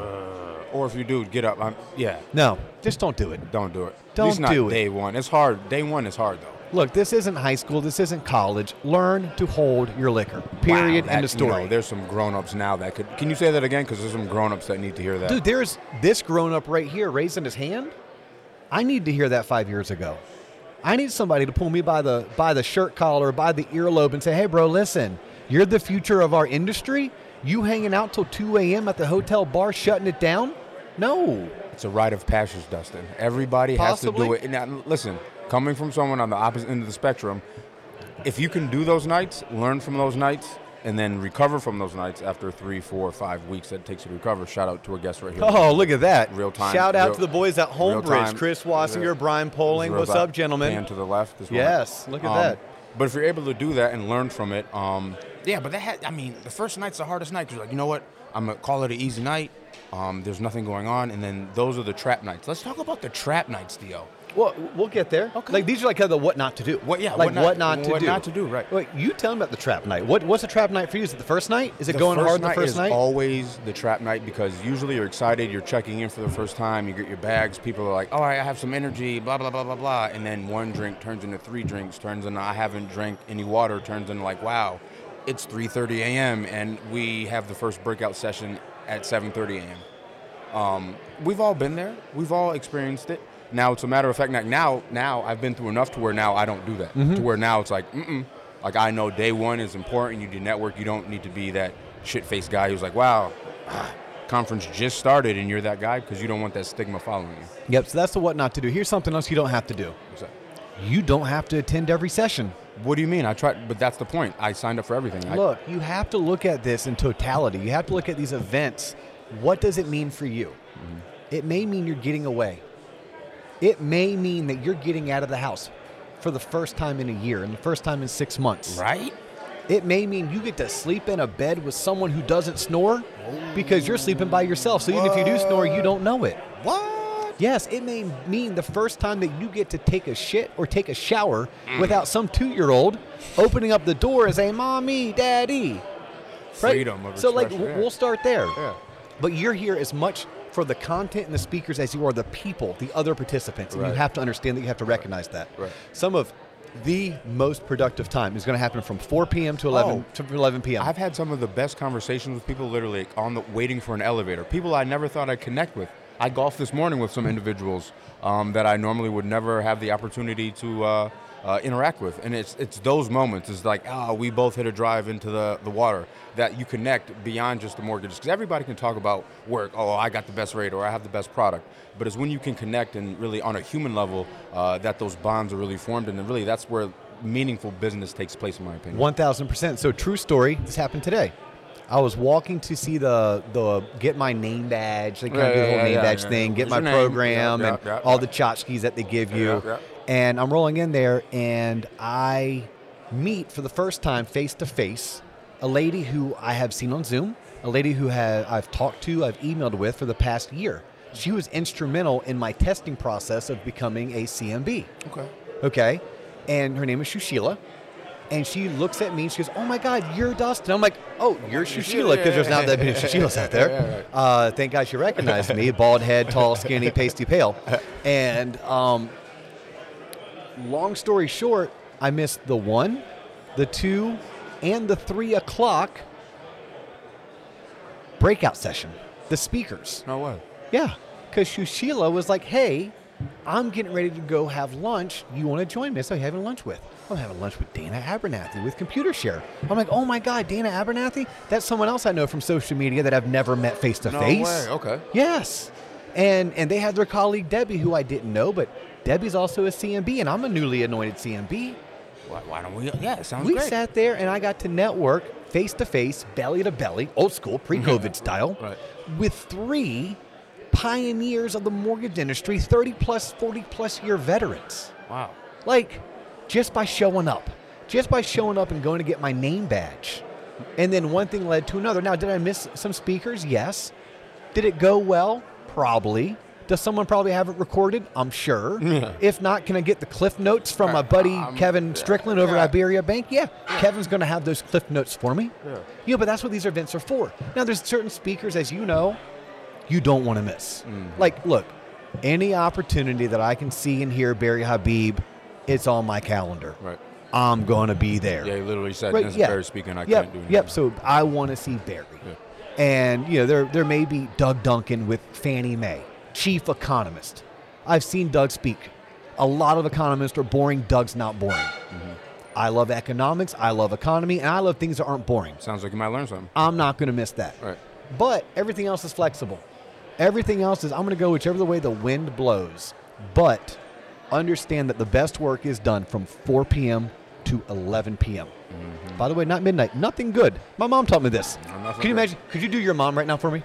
S2: Or if you do, get up. I'm, yeah.
S1: No, just don't do it.
S2: Don't do it.
S1: Don't
S2: At least not
S1: do it.
S2: Day one. It's hard. Day one is hard though.
S1: Look, this isn't high school. This isn't college. Learn to hold your liquor. Period.
S2: Wow,
S1: end
S2: that-
S1: of story.
S2: You know, there's some grown-ups now that could. Can you say that again? Because there's some grown-ups that need to hear that.
S1: Dude, there's this grown up right here raising his hand. I need to hear that five years ago. I need somebody to pull me by the by the shirt collar, by the earlobe, and say, "Hey, bro, listen, you're the future of our industry. You hanging out till 2 a.m. at the hotel bar, shutting it down? No,
S2: It's a rite of passage, Dustin. Everybody has to do
S1: Possibly.
S2: it. Now, listen, coming from someone on the opposite end of the spectrum, if you can do those nights, learn from those nights, and then recover from those nights after three, four, five weeks that it takes you to recover, shout out to our guest right here.
S1: Oh, look at that.
S2: Real time.
S1: Shout out
S2: Real-
S1: to the boys at
S2: real
S1: Homebridge.
S2: time.
S1: Chris Wassinger,
S2: Real-
S1: Brian Poling.
S2: Zero's
S1: What's
S2: up,
S1: up, gentlemen?
S2: Hand to the left. this one.
S1: Yes, look at that.
S2: But if you're able to do that and learn from it, um, yeah. But that had, I mean, the first night's the hardest night because you're like, you know what? I'm gonna call it an easy night. Um, there's nothing going on, and then those are the trap nights. Let's talk about the trap nights, Dio.
S1: Well, we'll get there.
S2: Okay.
S1: Like these are like kind of the what not to do.
S2: What- yeah,
S1: Like
S2: what not-
S1: to
S2: what
S1: do.
S2: not to do, right.
S1: Wait, you tell me about the trap night. What what's a trap night for you? Is it the first night? Is it going hard the first
S2: is
S1: night?
S2: always the trap night because usually you're excited, you're checking in for the first time, you get your bags, people are like, all right, I have some energy, blah, blah, blah, blah, blah. And then one drink turns into three drinks, turns into I haven't drank any water, turns into like, wow, it's 3.30 a.m. and we have the first breakout session at 7.30 a.m. Um, we've all been there. We've all experienced it. Now it's a matter of fact. Like now, now I've been through enough to where now I don't do that.
S1: Mm-hmm.
S2: To where now it's like, mm-mm. like I know day one is important. You do network. You don't need to be that shit faced guy who's like, wow, ah, conference just started and you're that guy because you don't want that stigma following you.
S1: Yep, so that's the what not to do. Here's something else you don't have to do.
S2: It's like,
S1: You don't have to attend every session.
S2: what do you mean? I tried, but that's the point. I signed up for everything. I-
S1: Look, you have to look at this in totality. You have to look at these events. What does it mean for you?
S2: Mm-hmm.
S1: It may mean you're getting away. It may mean that you're getting out of the house for the first time in a year and the first time in six months.
S2: right?
S1: It may mean you get to sleep in a bed with someone who doesn't snore because you're sleeping by yourself. So even if you do snore, you don't know it.
S2: What?
S1: Yes, it may mean the first time that you get to take a shit or take a shower without some two year old opening up the door and saying, Mommy, Daddy. Right?
S2: Freedom of
S1: So, like,
S2: expression,
S1: w-
S2: yeah.
S1: we'll start there.
S2: Yeah.
S1: But you're here as much for the content and the speakers as you are the people, the other participants. And
S2: Right.
S1: you have to understand that you have to recognize that.
S2: Right.
S1: Some of the most productive time is going to happen from 4 p.m. to 11
S2: Oh.
S1: to 11 p.m.
S2: I've had some of the best conversations with people literally on the waiting for an elevator. People I never thought I'd connect with. I golfed this morning with some individuals um, that I normally would never have the opportunity to uh, uh, interact with, and it's it's those moments. It's like ah, we both hit a drive into the the water that you connect beyond just the mortgages because everybody can talk about work. Oh, I got the best rate or I have the best product, but it's when you can connect and really on a human level uh, that those bonds are really formed, and then really that's where meaningful business takes place, in my opinion.
S1: One thousand percent. So true story. This happened today. I was walking to see the the get my name badge. They kind
S2: Yeah,
S1: of do the
S2: yeah,
S1: whole
S2: yeah,
S1: name
S2: yeah,
S1: badge
S2: yeah.
S1: thing. Get
S2: What's
S1: my
S2: your name?
S1: program
S2: Yeah,
S1: and
S2: yeah, yeah,
S1: all
S2: yeah.
S1: the tchotchkes that they give you.
S2: Yeah, yeah.
S1: And I'm rolling in there, and I meet for the first time face to face a lady who I have seen on Zoom, a lady who ha I've talked to, I've emailed with for the past year. She was instrumental in my testing process of becoming a CMB
S2: Okay.
S1: okay? And her name is Shushila. And she looks at me and she goes, Oh my God, you're Dustin. I'm like, Oh, you're Shushila, because there's not that many Shushilas out there. Uh, thank God she recognized me bald head, tall, skinny, pasty, pale. And um, long story short, I missed the one, the two, and the three o'clock breakout session, the speakers.
S2: No way.
S1: Yeah, because Shushila was like, "Hey, I'm getting ready to go have lunch. You want to join me? So you having lunch with? I'm having lunch with Dana Abernathy with Computer Share. I'm like, oh my god, Dana Abernathy? That's someone else I know from social media that I've never met face to
S2: No
S1: face.
S2: way. Okay.
S1: Yes, and and they had their colleague Debbie, who I didn't know, but Debbie's also a CMB, and I'm a newly anointed CMB.
S2: Why, why don't we? Yeah, it sounds
S1: we
S2: great.
S1: sat there, and I got to network face to face, belly to belly, old school, pre-COVID style
S2: Mhm. Right.
S1: with three pioneers of the mortgage industry, 30 plus, 40 plus year veterans.
S2: wow.
S1: Like, just by showing up, just by showing up and going to get my name badge. And then one thing led to another. Now, did I miss some speakers? Yes. Did it go well? Probably. Does someone probably have it recorded? I'm sure. If not, can I get the cliff notes from my buddy
S2: Um,
S1: Kevin Strickland over
S2: yeah.
S1: at Iberia Bank? Yeah, Kevin's going to have those cliff notes for me.
S2: Yeah.
S1: You know, but that's what these events are for. Now, there's certain speakers, as you know, you don't want to
S2: Mm-hmm.
S1: miss. Like, look, any opportunity that I can see and hear Barry Habib It's on my calendar.
S2: Right.
S1: I'm gonna be there.
S2: Yeah, he literally said,
S1: Right,
S2: "This
S1: yeah.
S2: Barry speaking. I
S1: yep.
S2: can't do anything."
S1: Yep. So I want to see Barry,
S2: Yeah.
S1: and you know there there may be Doug Duncan with Fannie Mae, chief economist. I've seen Doug speak. A lot of economists are boring. Doug's not boring.
S2: Mm-hmm.
S1: I love economics. I love economy, and I love things that aren't boring.
S2: Sounds like you might learn something.
S1: I'm not going to miss that.
S2: Right.
S1: But everything else is flexible. Everything else is I'm going to go whichever the way the wind blows. But understand that the best work is done from 4 p.m. to 11 p.m. By the way, not midnight. Nothing good. My mom taught me this.
S2: Mm-hmm. nothing
S1: Could you
S2: good.
S1: imagine? Could you do your mom right now for me?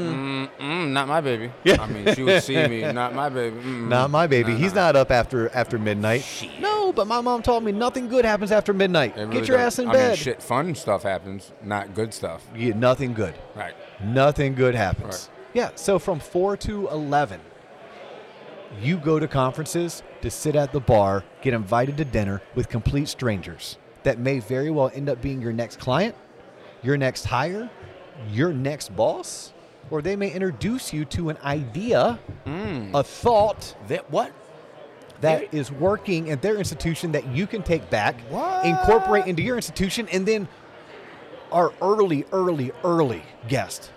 S2: Mm, not my baby. Yeah. I mean, she would see me. Not my baby. Mm.
S1: Not my baby. He's not up after after midnight. No, but my mom taught me nothing good happens after midnight.
S2: It really
S1: Get your
S2: does-
S1: ass in
S2: I
S1: bed.
S2: Mean, shit, fun stuff happens, not good stuff.
S1: Yeah, nothing good.
S2: Right.
S1: Nothing good happens.
S2: Right.
S1: Yeah, so from 4 to 11, you go to conferences to sit at the bar, get invited to dinner with complete strangers that may very well end up being your next client, your next hire, your next boss, or they may introduce you to an idea, a thought
S2: That what?
S1: that is working at their institution that you can take back, incorporate into your institution, and then our early, early, early guest,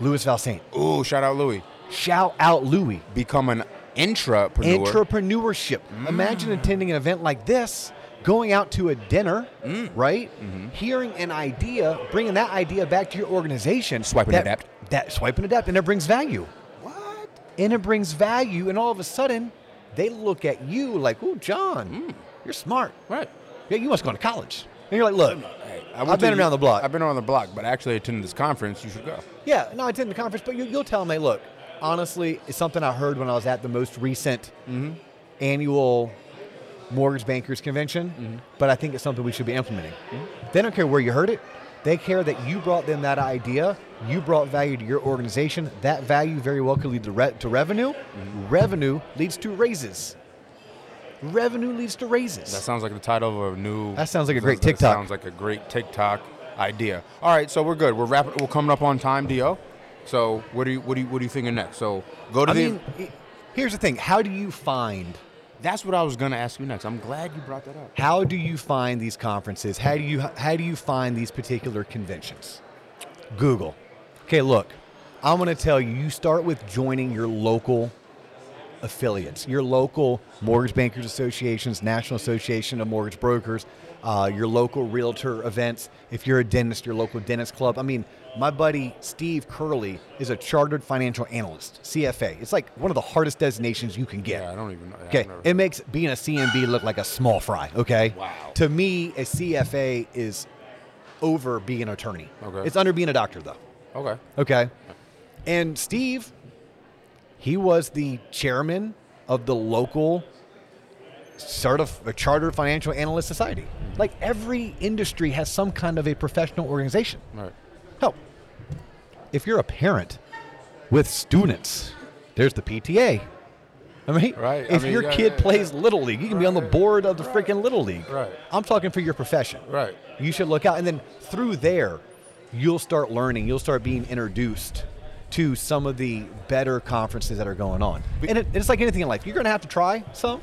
S1: Louis Valsaint.
S2: Ooh, shout out Louis.
S1: Shout out Louis.
S2: Become an intrapreneur.
S1: Entrepreneurship. Imagine
S2: Mm.
S1: attending an event like this, going out to a dinner,
S2: Mm.
S1: right?
S2: Mm-hmm.
S1: Hearing an idea, bringing that idea back to your organization.
S2: Swipe and
S1: that,
S2: adapt.
S1: That swipe and adapt, and it brings value.
S2: what?
S1: and it brings value. And all of a sudden, they look at you like, "Ooh, John,
S2: Mm.
S1: you're smart.
S2: Right.
S1: Yeah, you must go to college." And you're like, "Look,
S2: Hey, I
S1: I've
S2: went to
S1: been
S2: you-
S1: around the block.
S2: I've been around the block, but I actually attended this conference. You should go.
S1: yeah, no, I attended the conference, but you, you'll tell me, look, honestly, it's something I heard when I was at the most recent annual mortgage bankers convention, but I think it's something we should be implementing. They don't care where you heard it. They care that you brought them that idea. You brought value to your organization. That value very well could lead to, re- to revenue. Revenue leads to raises. Revenue leads to raises.
S2: That sounds like the title of a new.
S1: That sounds like a great
S2: that
S1: TikTok.
S2: Sounds like a great TikTok idea. All right, so we're good. We're wrapping. We're coming up on time, Do. So what are you? What are you? What are you thinking next? So go to
S1: I
S2: the.
S1: mean, i- here's the thing. How do you find
S2: that's what I was gonna ask you next. I'm glad you brought that up.
S1: how do you find these conferences? How do you how do you find these particular conventions? Google. Okay, look. I'm going to tell you you start with joining your local affiliates, your local mortgage bankers associations, National Association of Mortgage Brokers, uh, your local realtor events. If you're a dentist, your local dentist club. I mean, my buddy Steve Curley is a chartered financial analyst, CFA. It's like one of the hardest designations you can get.
S2: Yeah, I don't even know. I've
S1: Okay,
S2: never-
S1: it makes being a CMB look like a small fry. Okay.
S2: Wow.
S1: To me, a CFA is over being an attorney.
S2: Okay.
S1: It's under being a doctor, though.
S2: okay.
S1: Okay. And Steve, he was the chairman of the local certif- chartered financial analyst society.
S2: Hmm.
S1: Like every industry has some kind of a professional organization.
S2: All right.
S1: Hell, if you're a parent with students, there's the PTA. I mean,
S2: Right, I
S1: if
S2: mean,
S1: your
S2: yeah,
S1: kid
S2: yeah,
S1: plays Little League, you can be on the
S2: Right,
S1: board of the freaking Little League.
S2: right.
S1: I'm talking for your profession.
S2: Right.
S1: You should look out. And then through there, you'll start learning, you'll start being introduced to some of the better conferences that are going on. And it, it's like anything in life, you're going to have to try some.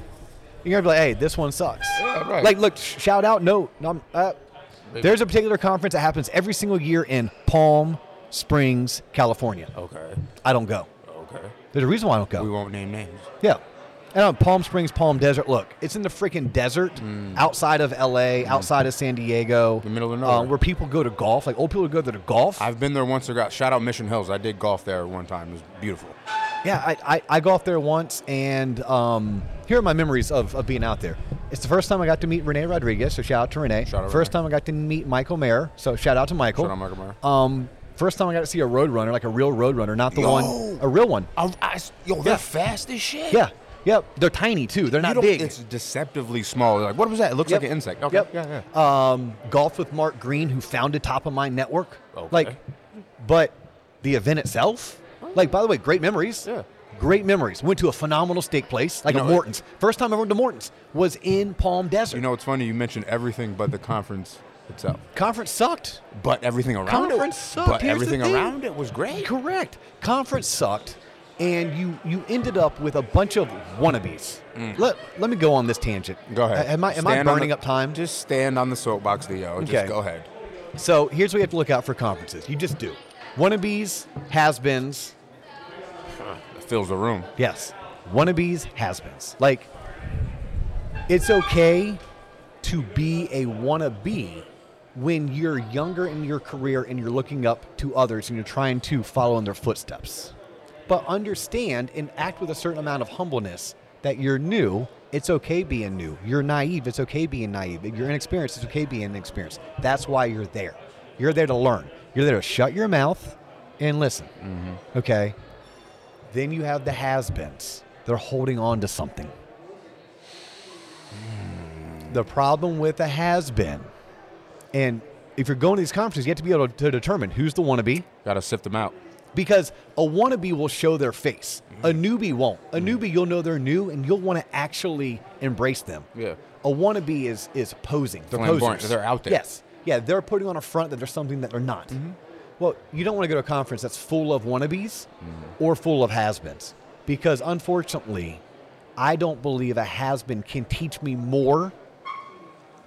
S1: You're going to be like, hey, this one sucks.
S2: Yeah, right.
S1: Like, look, sh- shout out. No, no I'm, uh, there's a particular conference that happens every single year in Palm Springs, California.
S2: Okay.
S1: I don't go.
S2: Okay.
S1: There's a reason why I don't go.
S2: Oh. We won't name names.
S1: Yeah. And on Palm Springs, Palm Desert. Look, it's in the freaking desert outside of LA, outside of San Diego. The
S2: Mm. middle of nowhere.
S1: where people go to golf. Like old people go there to golf.
S2: I've been there once. I got shout out Mission Hills. I did golf there one time. It was beautiful.
S1: yeah, I, I, I golfed there once. And um, here are my memories of, of being out there. It's the first time I got to meet Renee Rodriguez. So shout out to Renee.
S2: Shout out
S1: first
S2: Renee.
S1: time I got to meet Michael Mayer. So shout out to Michael.
S2: Shout out Michael Mayer.
S1: Um, first time I got to see a road runner, like a real road runner, not the one,
S2: Yo.
S1: a real one.
S2: I, I, yo, they're
S1: Yeah.
S2: fast as shit.
S1: Yeah. Yep. They're tiny too. They're
S2: You
S1: not
S2: don't-
S1: big.
S2: It's deceptively small. Like what was that? It looks
S1: Yep.
S2: like an insect. Okay.
S1: Yep.
S2: Yeah, yeah.
S1: Um, golf with Mark Green, who founded Top of Mind Network.
S2: Okay.
S1: Like, but the event itself, like, by the way, great memories.
S2: Oh. Yeah.
S1: Great memories. Went to a phenomenal steak place, like
S2: You
S1: a
S2: know,
S1: Morton's. First time I went to Morton's was in Palm Desert.
S2: You know, it's funny. You mentioned everything but the conference itself.
S1: Conference sucked.
S2: But everything around
S1: Conference
S2: it.
S1: sucked.
S2: But
S1: Here's the
S2: everything
S1: thing.
S2: around it was great.
S1: Correct. Conference sucked. and you you ended up with a bunch of wannabes. Let let me go on this tangent.
S2: Mm. Go ahead.
S1: Am I am
S2: Stand
S1: I
S2: on
S1: burning
S2: the-
S1: up time?
S2: Just stand on the soapbox, Leo. Just
S1: Okay.
S2: go ahead.
S1: So here's what you have to look out for conferences. You just do wannabes, has-beens.
S2: It fills the room.
S1: Yes, wannabes, has-beens. Like it's okay to be a wannabe when you're younger in your career and you're looking up to others and you're trying to follow in their footsteps. But understand and act with a certain amount of humbleness that you're new. It's okay being new. You're naive. It's okay being naive. You're inexperienced. It's okay being inexperienced. That's why you're there. You're there to learn. You're there to shut your mouth and listen. Okay? Then you have the has beens. They're holding on to something. The problem with a has been, and if you're going to these conferences, you have to be able to, to determine who's the wannabe
S2: Got to sift them out.
S1: because a wannabe will show their face. A newbie won't. A newbie, you'll know they're new and you'll want to actually embrace them.
S2: Yeah.
S1: A wannabe is is posing. They're
S2: Flamboyant.
S1: posers.
S2: They're out there. Mm-hmm.
S1: Yes. Yeah, they're putting on a front that they're something that they're not. Well, you don't want to go to a conference that's full of wannabes
S2: Mm-hmm.
S1: or full of has-beens because unfortunately, I don't believe a has-been can teach me more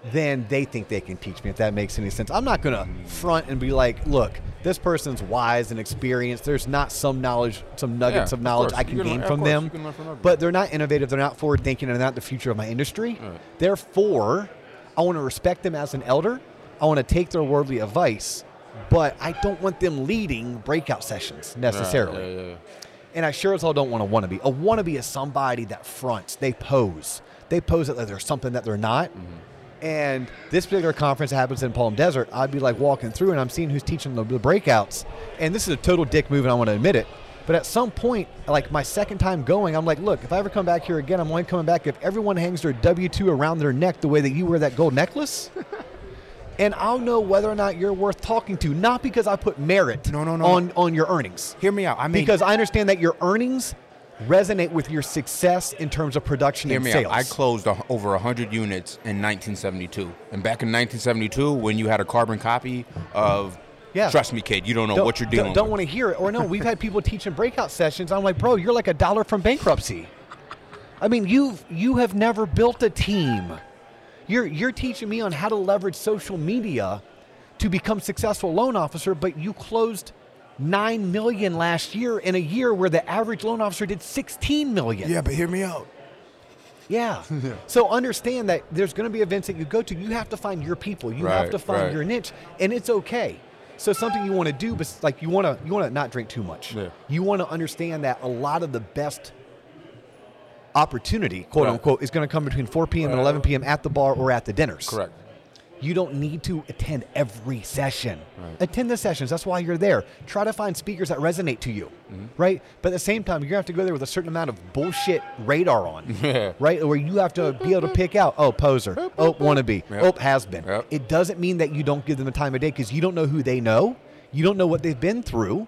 S1: then they think they can teach me if that makes any sense. I'm not going to front and be like, look, this person's wise and experienced. There's not some knowledge, some nuggets of
S2: Yeah, of
S1: knowledge
S2: course.
S1: I can
S2: You can
S1: gain
S2: learn- of
S1: from
S2: course,
S1: them.
S2: you can learn from everybody.
S1: but they're not innovative. They're not forward thinking. and They're not the future of my industry. Therefore, I want to respect them as an elder. I want to take their worldly advice, but I don't want them leading breakout sessions necessarily.
S2: Yeah, yeah, yeah.
S1: And I sure as hell don't want a wannabe. A wannabe is somebody that fronts, they pose. They pose it like they're something that they're not.
S2: Mm-hmm.
S1: And this particular conference happens in Palm Desert. I'd be like walking through and I'm seeing who's teaching the, the breakouts. And this is a total dick move, and I want to admit it. But at some point, like my second time going, I'm like, look, if I ever come back here again, I'm only coming back if everyone hangs their W 2 around their neck the way that you wear that gold necklace. and I'll know whether or not you're worth talking to, not because I put merit
S2: No, no, no,
S1: on, on your earnings
S2: Hear me out. I mean,
S1: because I understand that your earnings resonate with your success in terms of production
S2: Hear
S1: and
S2: me
S1: sales.
S2: out. I closed a, over 100 units in 1972. And back in 1972, when you had a carbon copy of
S1: Yeah.
S2: Trust Me Kid, you don't know
S1: don't,
S2: what you're dealing
S1: Don't, don't
S2: with.
S1: want to hear it. Or no, we've had people teaching breakout sessions. I'm like, bro, you're like a dollar from bankruptcy. I mean, you've you have never built a team. You're you're teaching me on how to leverage social media to become successful loan officer, but you closed nine million last year in a year where the average loan officer did sixteen million.
S2: but hear me out.
S1: Yeah. So understand that there's going to be events that you go to. You have to find your people. You have
S2: Right,
S1: to find
S2: right.
S1: your niche, and it's okay. So something you want to do, but like you want to, you want to not drink too much.
S2: Yeah.
S1: You want to understand that a lot of the best opportunity, quote
S2: Right.
S1: unquote, is going to come between 4 p.m. and
S2: Right.
S1: 11 p.m. at the bar or at the dinners.
S2: Correct.
S1: You don't need to attend every session. Attend the sessions. That's why you're there. Try to find speakers that resonate to you, right? But at the same time, you're gonna have to go there with a certain amount of bullshit radar on, right? Where you have to be able to pick out, oh, poser, oh, wannabe,
S2: Yep.
S1: oh, has been.
S2: Yep.
S1: It doesn't mean that you don't give them the time of day because you don't know who they know, you don't know what they've been through,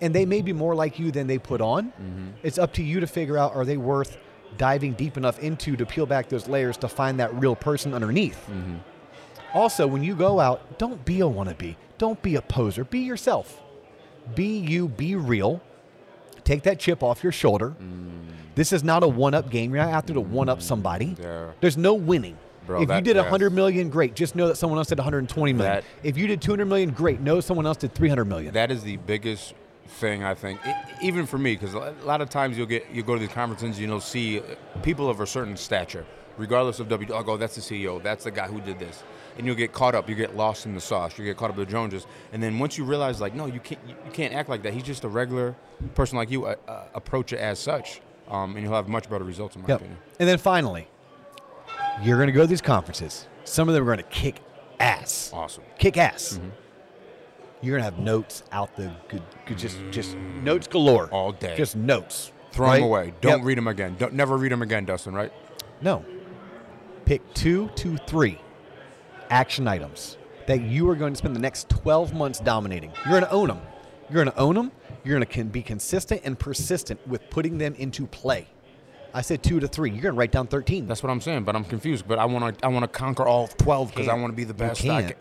S1: and they may be more like you than they put on.
S2: Mm-hmm.
S1: It's up to you to figure out are they worth diving deep enough into to peel back those layers to find that real person underneath.
S2: Mm-hmm.
S1: Also, when you go out, don't be a wannabe. Don't be a poser. Be yourself. Be you, be real. Take that chip off your shoulder.
S2: Mm.
S1: This is not a one up game. You're not out there to one up somebody.
S2: Yeah.
S1: There's no winning.
S2: Bro,
S1: if you
S2: that-
S1: did
S2: yeah.
S1: 100 million, great. Just know that someone else did 120 million.
S2: That-
S1: if you did 200 million, great. Know someone else did 300 million.
S2: That is the biggest thing I think, e- even for me, because a lot of times you'll get you go to these conferences, and you'll see uh, people of a certain stature, regardless of W. I'll go, that's the CEO, that's the guy who did this, and you'll get caught up, you get lost in the sauce, you get caught up with the Joneses, and then once you realize, like, no, you can't, you you can't act like that. He's just a regular person like you. Uh, uh, approach it as such, um, and you'll have much better results, in my
S1: Yep.
S2: opinion.
S1: And then finally, you're going to go to these conferences. Some of them are going to kick ass.
S2: Awesome. Mm-hmm.
S1: kick ass. You're gonna have notes out the good, good just just notes galore
S2: Mm. All day.
S1: Just notes.
S2: Throw
S1: right?
S2: them away. Don't
S1: Yep.
S2: read them again. Don't never read them again, Dustin. Right?
S1: No. Pick two to three action items that you are going to spend the next 12 months dominating. You're going to own them. You're going to own them. You're going to can be consistent and persistent with putting them into play. I said two to three. You're going to write down 13.
S2: That's what I'm saying. But I'm confused. But I want to. I want to conquer all twelve because I
S1: can't.
S2: want to be the
S1: You
S2: best. I
S1: can't.
S2: can.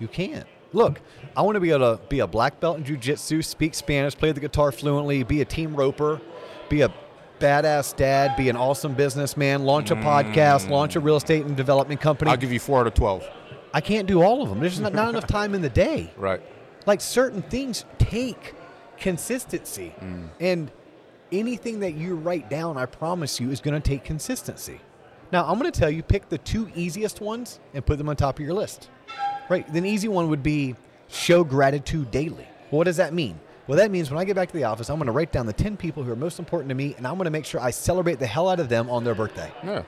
S1: You can't. Look, I want to be able to be a black belt in jujitsu, speak Spanish, play the guitar fluently, be a team roper, be a badass dad, be an awesome businessman, launch a
S2: Mm.
S1: podcast, launch a real estate and development company.
S2: I'll give you four out of twelve.
S1: I can't do all of them. There's just not, not enough time in the day.
S2: Right.
S1: Like certain things take consistency. And anything that you write down, I promise you, is going to take consistency. Now, I'm going to tell you pick the two easiest ones and put them on top of your list. Right? The easy one would be show gratitude daily. What does that mean? Well, that means when I get back to the office, I'm going to write down the 10 people who are most important to me, and I'm going to make sure I celebrate the hell out of them on their birthday.
S2: Yeah.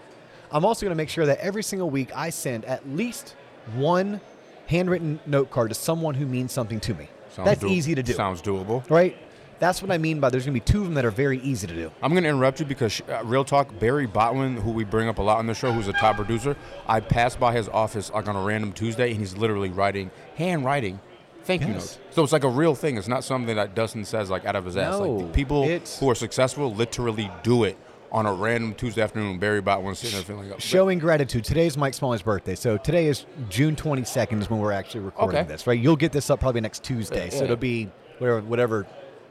S1: I'm also going to make sure that every single week I send at least one handwritten note card to someone who means something to me.
S2: Sounds
S1: That's
S2: do-
S1: easy to do,
S2: Sounds doable.
S1: right? That's what I mean by there's going to be two of them that are very easy to do.
S2: I'm going to interrupt you because, sh- uh, real talk, Barry Botwin, who we bring up a lot on the show, who's a top producer, I passed by his office like on a random Tuesday, and he's literally writing, handwriting, thank you
S1: Yes.
S2: notes. So it's like a real thing. It's not something that Dustin says like out of his ass. Like
S1: No,
S2: the people
S1: it's-
S2: who are successful literally do it on a random Tuesday afternoon. Barry Botwin's sitting there feeling like,
S1: Showing gratitude. Today is Mike Smalley's birthday, so today is June 22nd is when we're actually recording
S2: Okay.
S1: this, right? You'll get this up probably next Tuesday,
S2: yeah.
S1: so it'll be whatever, whatever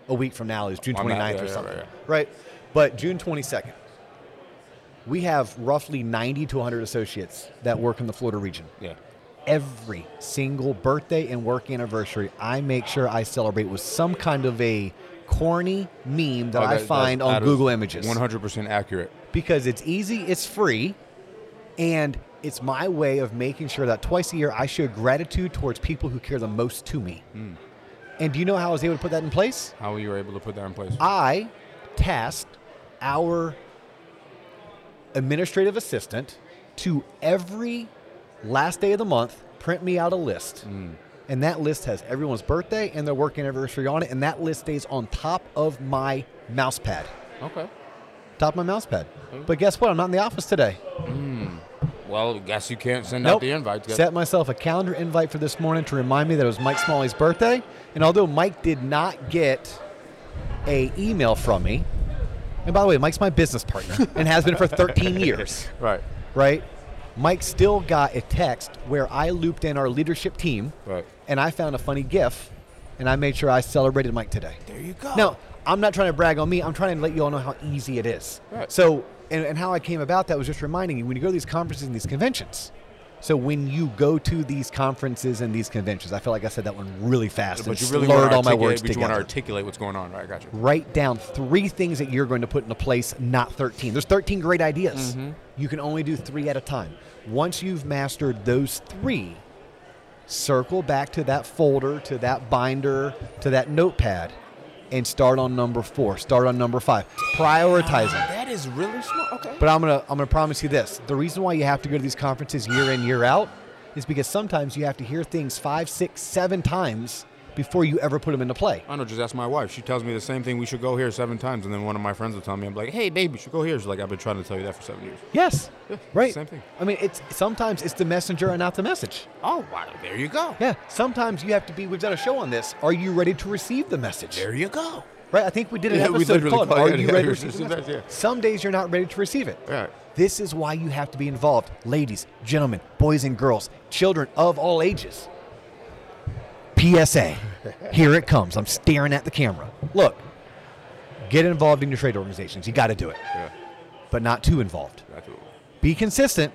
S1: a week from now is June
S2: I'm
S1: 29th
S2: not-
S1: ninth
S2: yeah,
S1: or
S2: yeah,
S1: something,
S2: yeah,
S1: right? But June 22nd, we have roughly 90 to 100 associates that work in the Florida region.
S2: yeah.
S1: every single birthday and work anniversary, I make sure I celebrate with some kind of a corny meme that
S2: Oh,
S1: I
S2: that-
S1: find
S2: that-
S1: on
S2: that is
S1: Google Images
S2: 100% accurate.
S1: because it's easy, it's free, and it's my way of making sure that twice a year I show gratitude towards people who care the most to me. And do you know how I was able to put that in place?
S2: How were you able to put that in place?
S1: I tasked our administrative assistant to every last day of the month print me out a list. And that list has everyone's birthday and their work anniversary on it. And that list stays on top of my mouse pad.
S2: okay.
S1: Top of my mouse pad. But guess what? I'm not in the office today.
S2: Well, guess you can't send out the invites.
S1: Set myself a calendar invite for this morning to remind me that it was Mike Smalley's birthday. And although Mike did not get a email from me, and by the way, Mike's my business partner and has been for 13 years,
S2: Right.
S1: right? Mike still got a text where I looped in our leadership team
S2: Right.
S1: and I found a funny GIF and I made sure I celebrated Mike today.
S2: There you go.
S1: Now, I'm not trying to brag on me. I'm trying to let you all know how easy it is.
S2: Right.
S1: So, and, and how I came about that was just reminding you when you go to these conferences and these conventions. So when you go to these conferences and these conventions, I feel like I said that one really fast
S2: But
S1: and
S2: you really want
S1: slurred
S2: to
S1: all my
S2: articulate-
S1: words
S2: but you want
S1: together.
S2: to articulate what's going on. Right, I got you.
S1: Write down three things that you're going to put into place, not 13. There's 13 great ideas. You can only do three at a time. Once you've mastered those three, circle back to that folder, to that binder, to that notepad, and start on number four. Start on number five. Prioritize them.
S2: That is really smart. Okay.
S1: But I'm gonna I'm gonna promise you this: the reason why you have to go to these conferences year in year out is because sometimes you have to hear things five, six, seven times before you ever put them into play.
S2: I know, just ask my wife. She tells me the same thing. We should go here seven times. And then one of my friends will tell me, I'm like, hey, babe, we should go here. She's like, I've been trying to tell you that for seven years.
S1: Yes, right.
S2: same thing.
S1: I mean, it's sometimes it's the messenger and not the message.
S2: Oh, wow. There you go.
S1: Yeah, sometimes you have to be. We've done a show on this. Are you ready to receive the message?
S2: There you go.
S1: Right. I think we did an
S2: Yeah, we
S1: episode
S2: literally
S1: called
S2: called
S1: "Are
S2: it-
S1: You
S2: yeah,
S1: Ready to
S2: yeah,
S1: Receive the
S2: yeah,
S1: Message?"
S2: yeah.
S1: Some days you're not ready to receive it.
S2: Yeah.
S1: This is why you have to be involved, ladies, gentlemen, boys and girls, children of all ages. PSA. Here it comes. I'm staring at the camera. Look, get involved in your trade organizations. You got to do it,
S2: Yeah.
S1: but not too involved
S2: That's what-
S1: be consistent,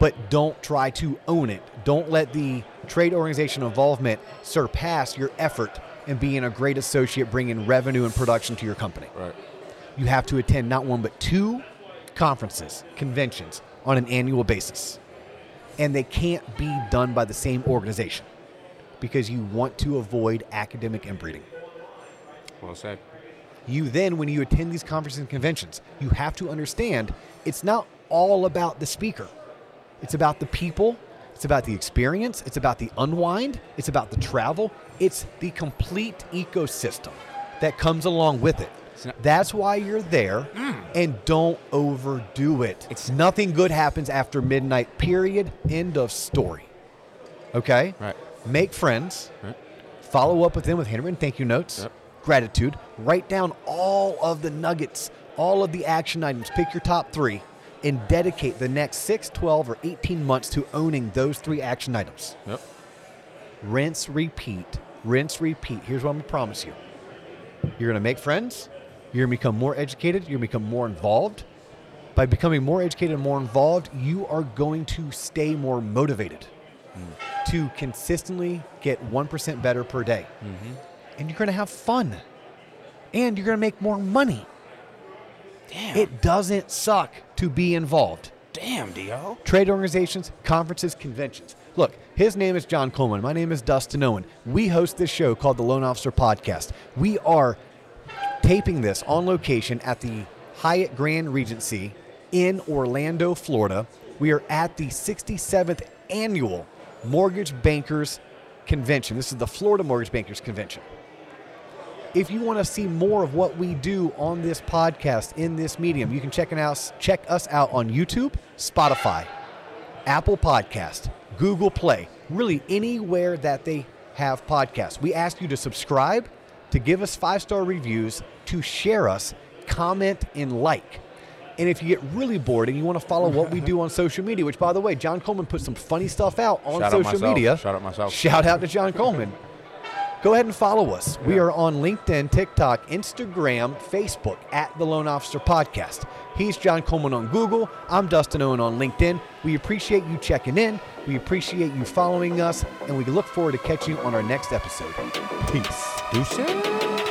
S1: but don't try to own it. Don't let the trade organization involvement surpass your effort in being a great associate, bringing revenue and production to your company.
S2: Right.
S1: You have to attend not one, but two conferences, conventions on an annual basis. And they can't be done by the same organization because you want to avoid academic inbreeding.
S2: Well said.
S1: You then, when you attend these conferences and conventions, you have to understand it's not all about the speaker. It's about the people, it's about the experience, it's about the unwind, it's about the travel, it's the complete ecosystem that comes along with it.
S2: not- Mm.
S1: That's why you're there and don't overdo it.
S2: It's-
S1: Nothing good happens after midnight, period. End of story. Okay?
S2: Right.
S1: Make friends
S2: Right.
S1: follow up with them with handwritten thank you notes,
S2: Yep.
S1: gratitude, write down all of the nuggets, all of the action items, pick your top three, and dedicate the next 6, 12, or 18 months to owning those three action items.
S2: Yep.
S1: rinse, repeat, rinse, repeat. Here's what I'm gonna promise you: you're gonna make friends, you're gonna become more educated, you're gonna become more involved. By becoming more educated and more involved, you are going to stay more motivated to consistently get 1% better per day. And you're going to have fun. And you're going to make more money.
S3: Damn.
S1: It doesn't suck to be involved.
S3: Damn, Dio.
S1: Trade organizations, conferences, conventions. Look, his name is John Coleman. My name is Dustin Owen. We host this show called the Loan Officer Podcast. We are taping this on location at the Hyatt Grand Regency in Orlando, Florida. We are at the 67th annual Mortgage Bankers Convention. This is the Florida Mortgage Bankers Convention. If you want to see more of what we do on this podcast in this medium, you can check it out check us out on YouTube, Spotify, Apple Podcast, Google Play, really anywhere that they have podcasts. We ask you to subscribe, to give us five star reviews, to share us, comment, and like. And if you get really bored and you want to follow what we do on social media, which by the way, John Coleman put some funny stuff out on
S2: Shout out
S1: social
S2: myself.
S1: media.
S2: Shout out myself.
S1: Shout out to John Coleman. Go ahead and follow us. We are on LinkedIn, TikTok, Instagram, Facebook at the Loan Officer Podcast. He's John Coleman on Google. I'm Dustin Owen on LinkedIn. We appreciate you checking in. We appreciate you following us, and we look forward to catching you on our next episode. Peace.
S2: Deuces.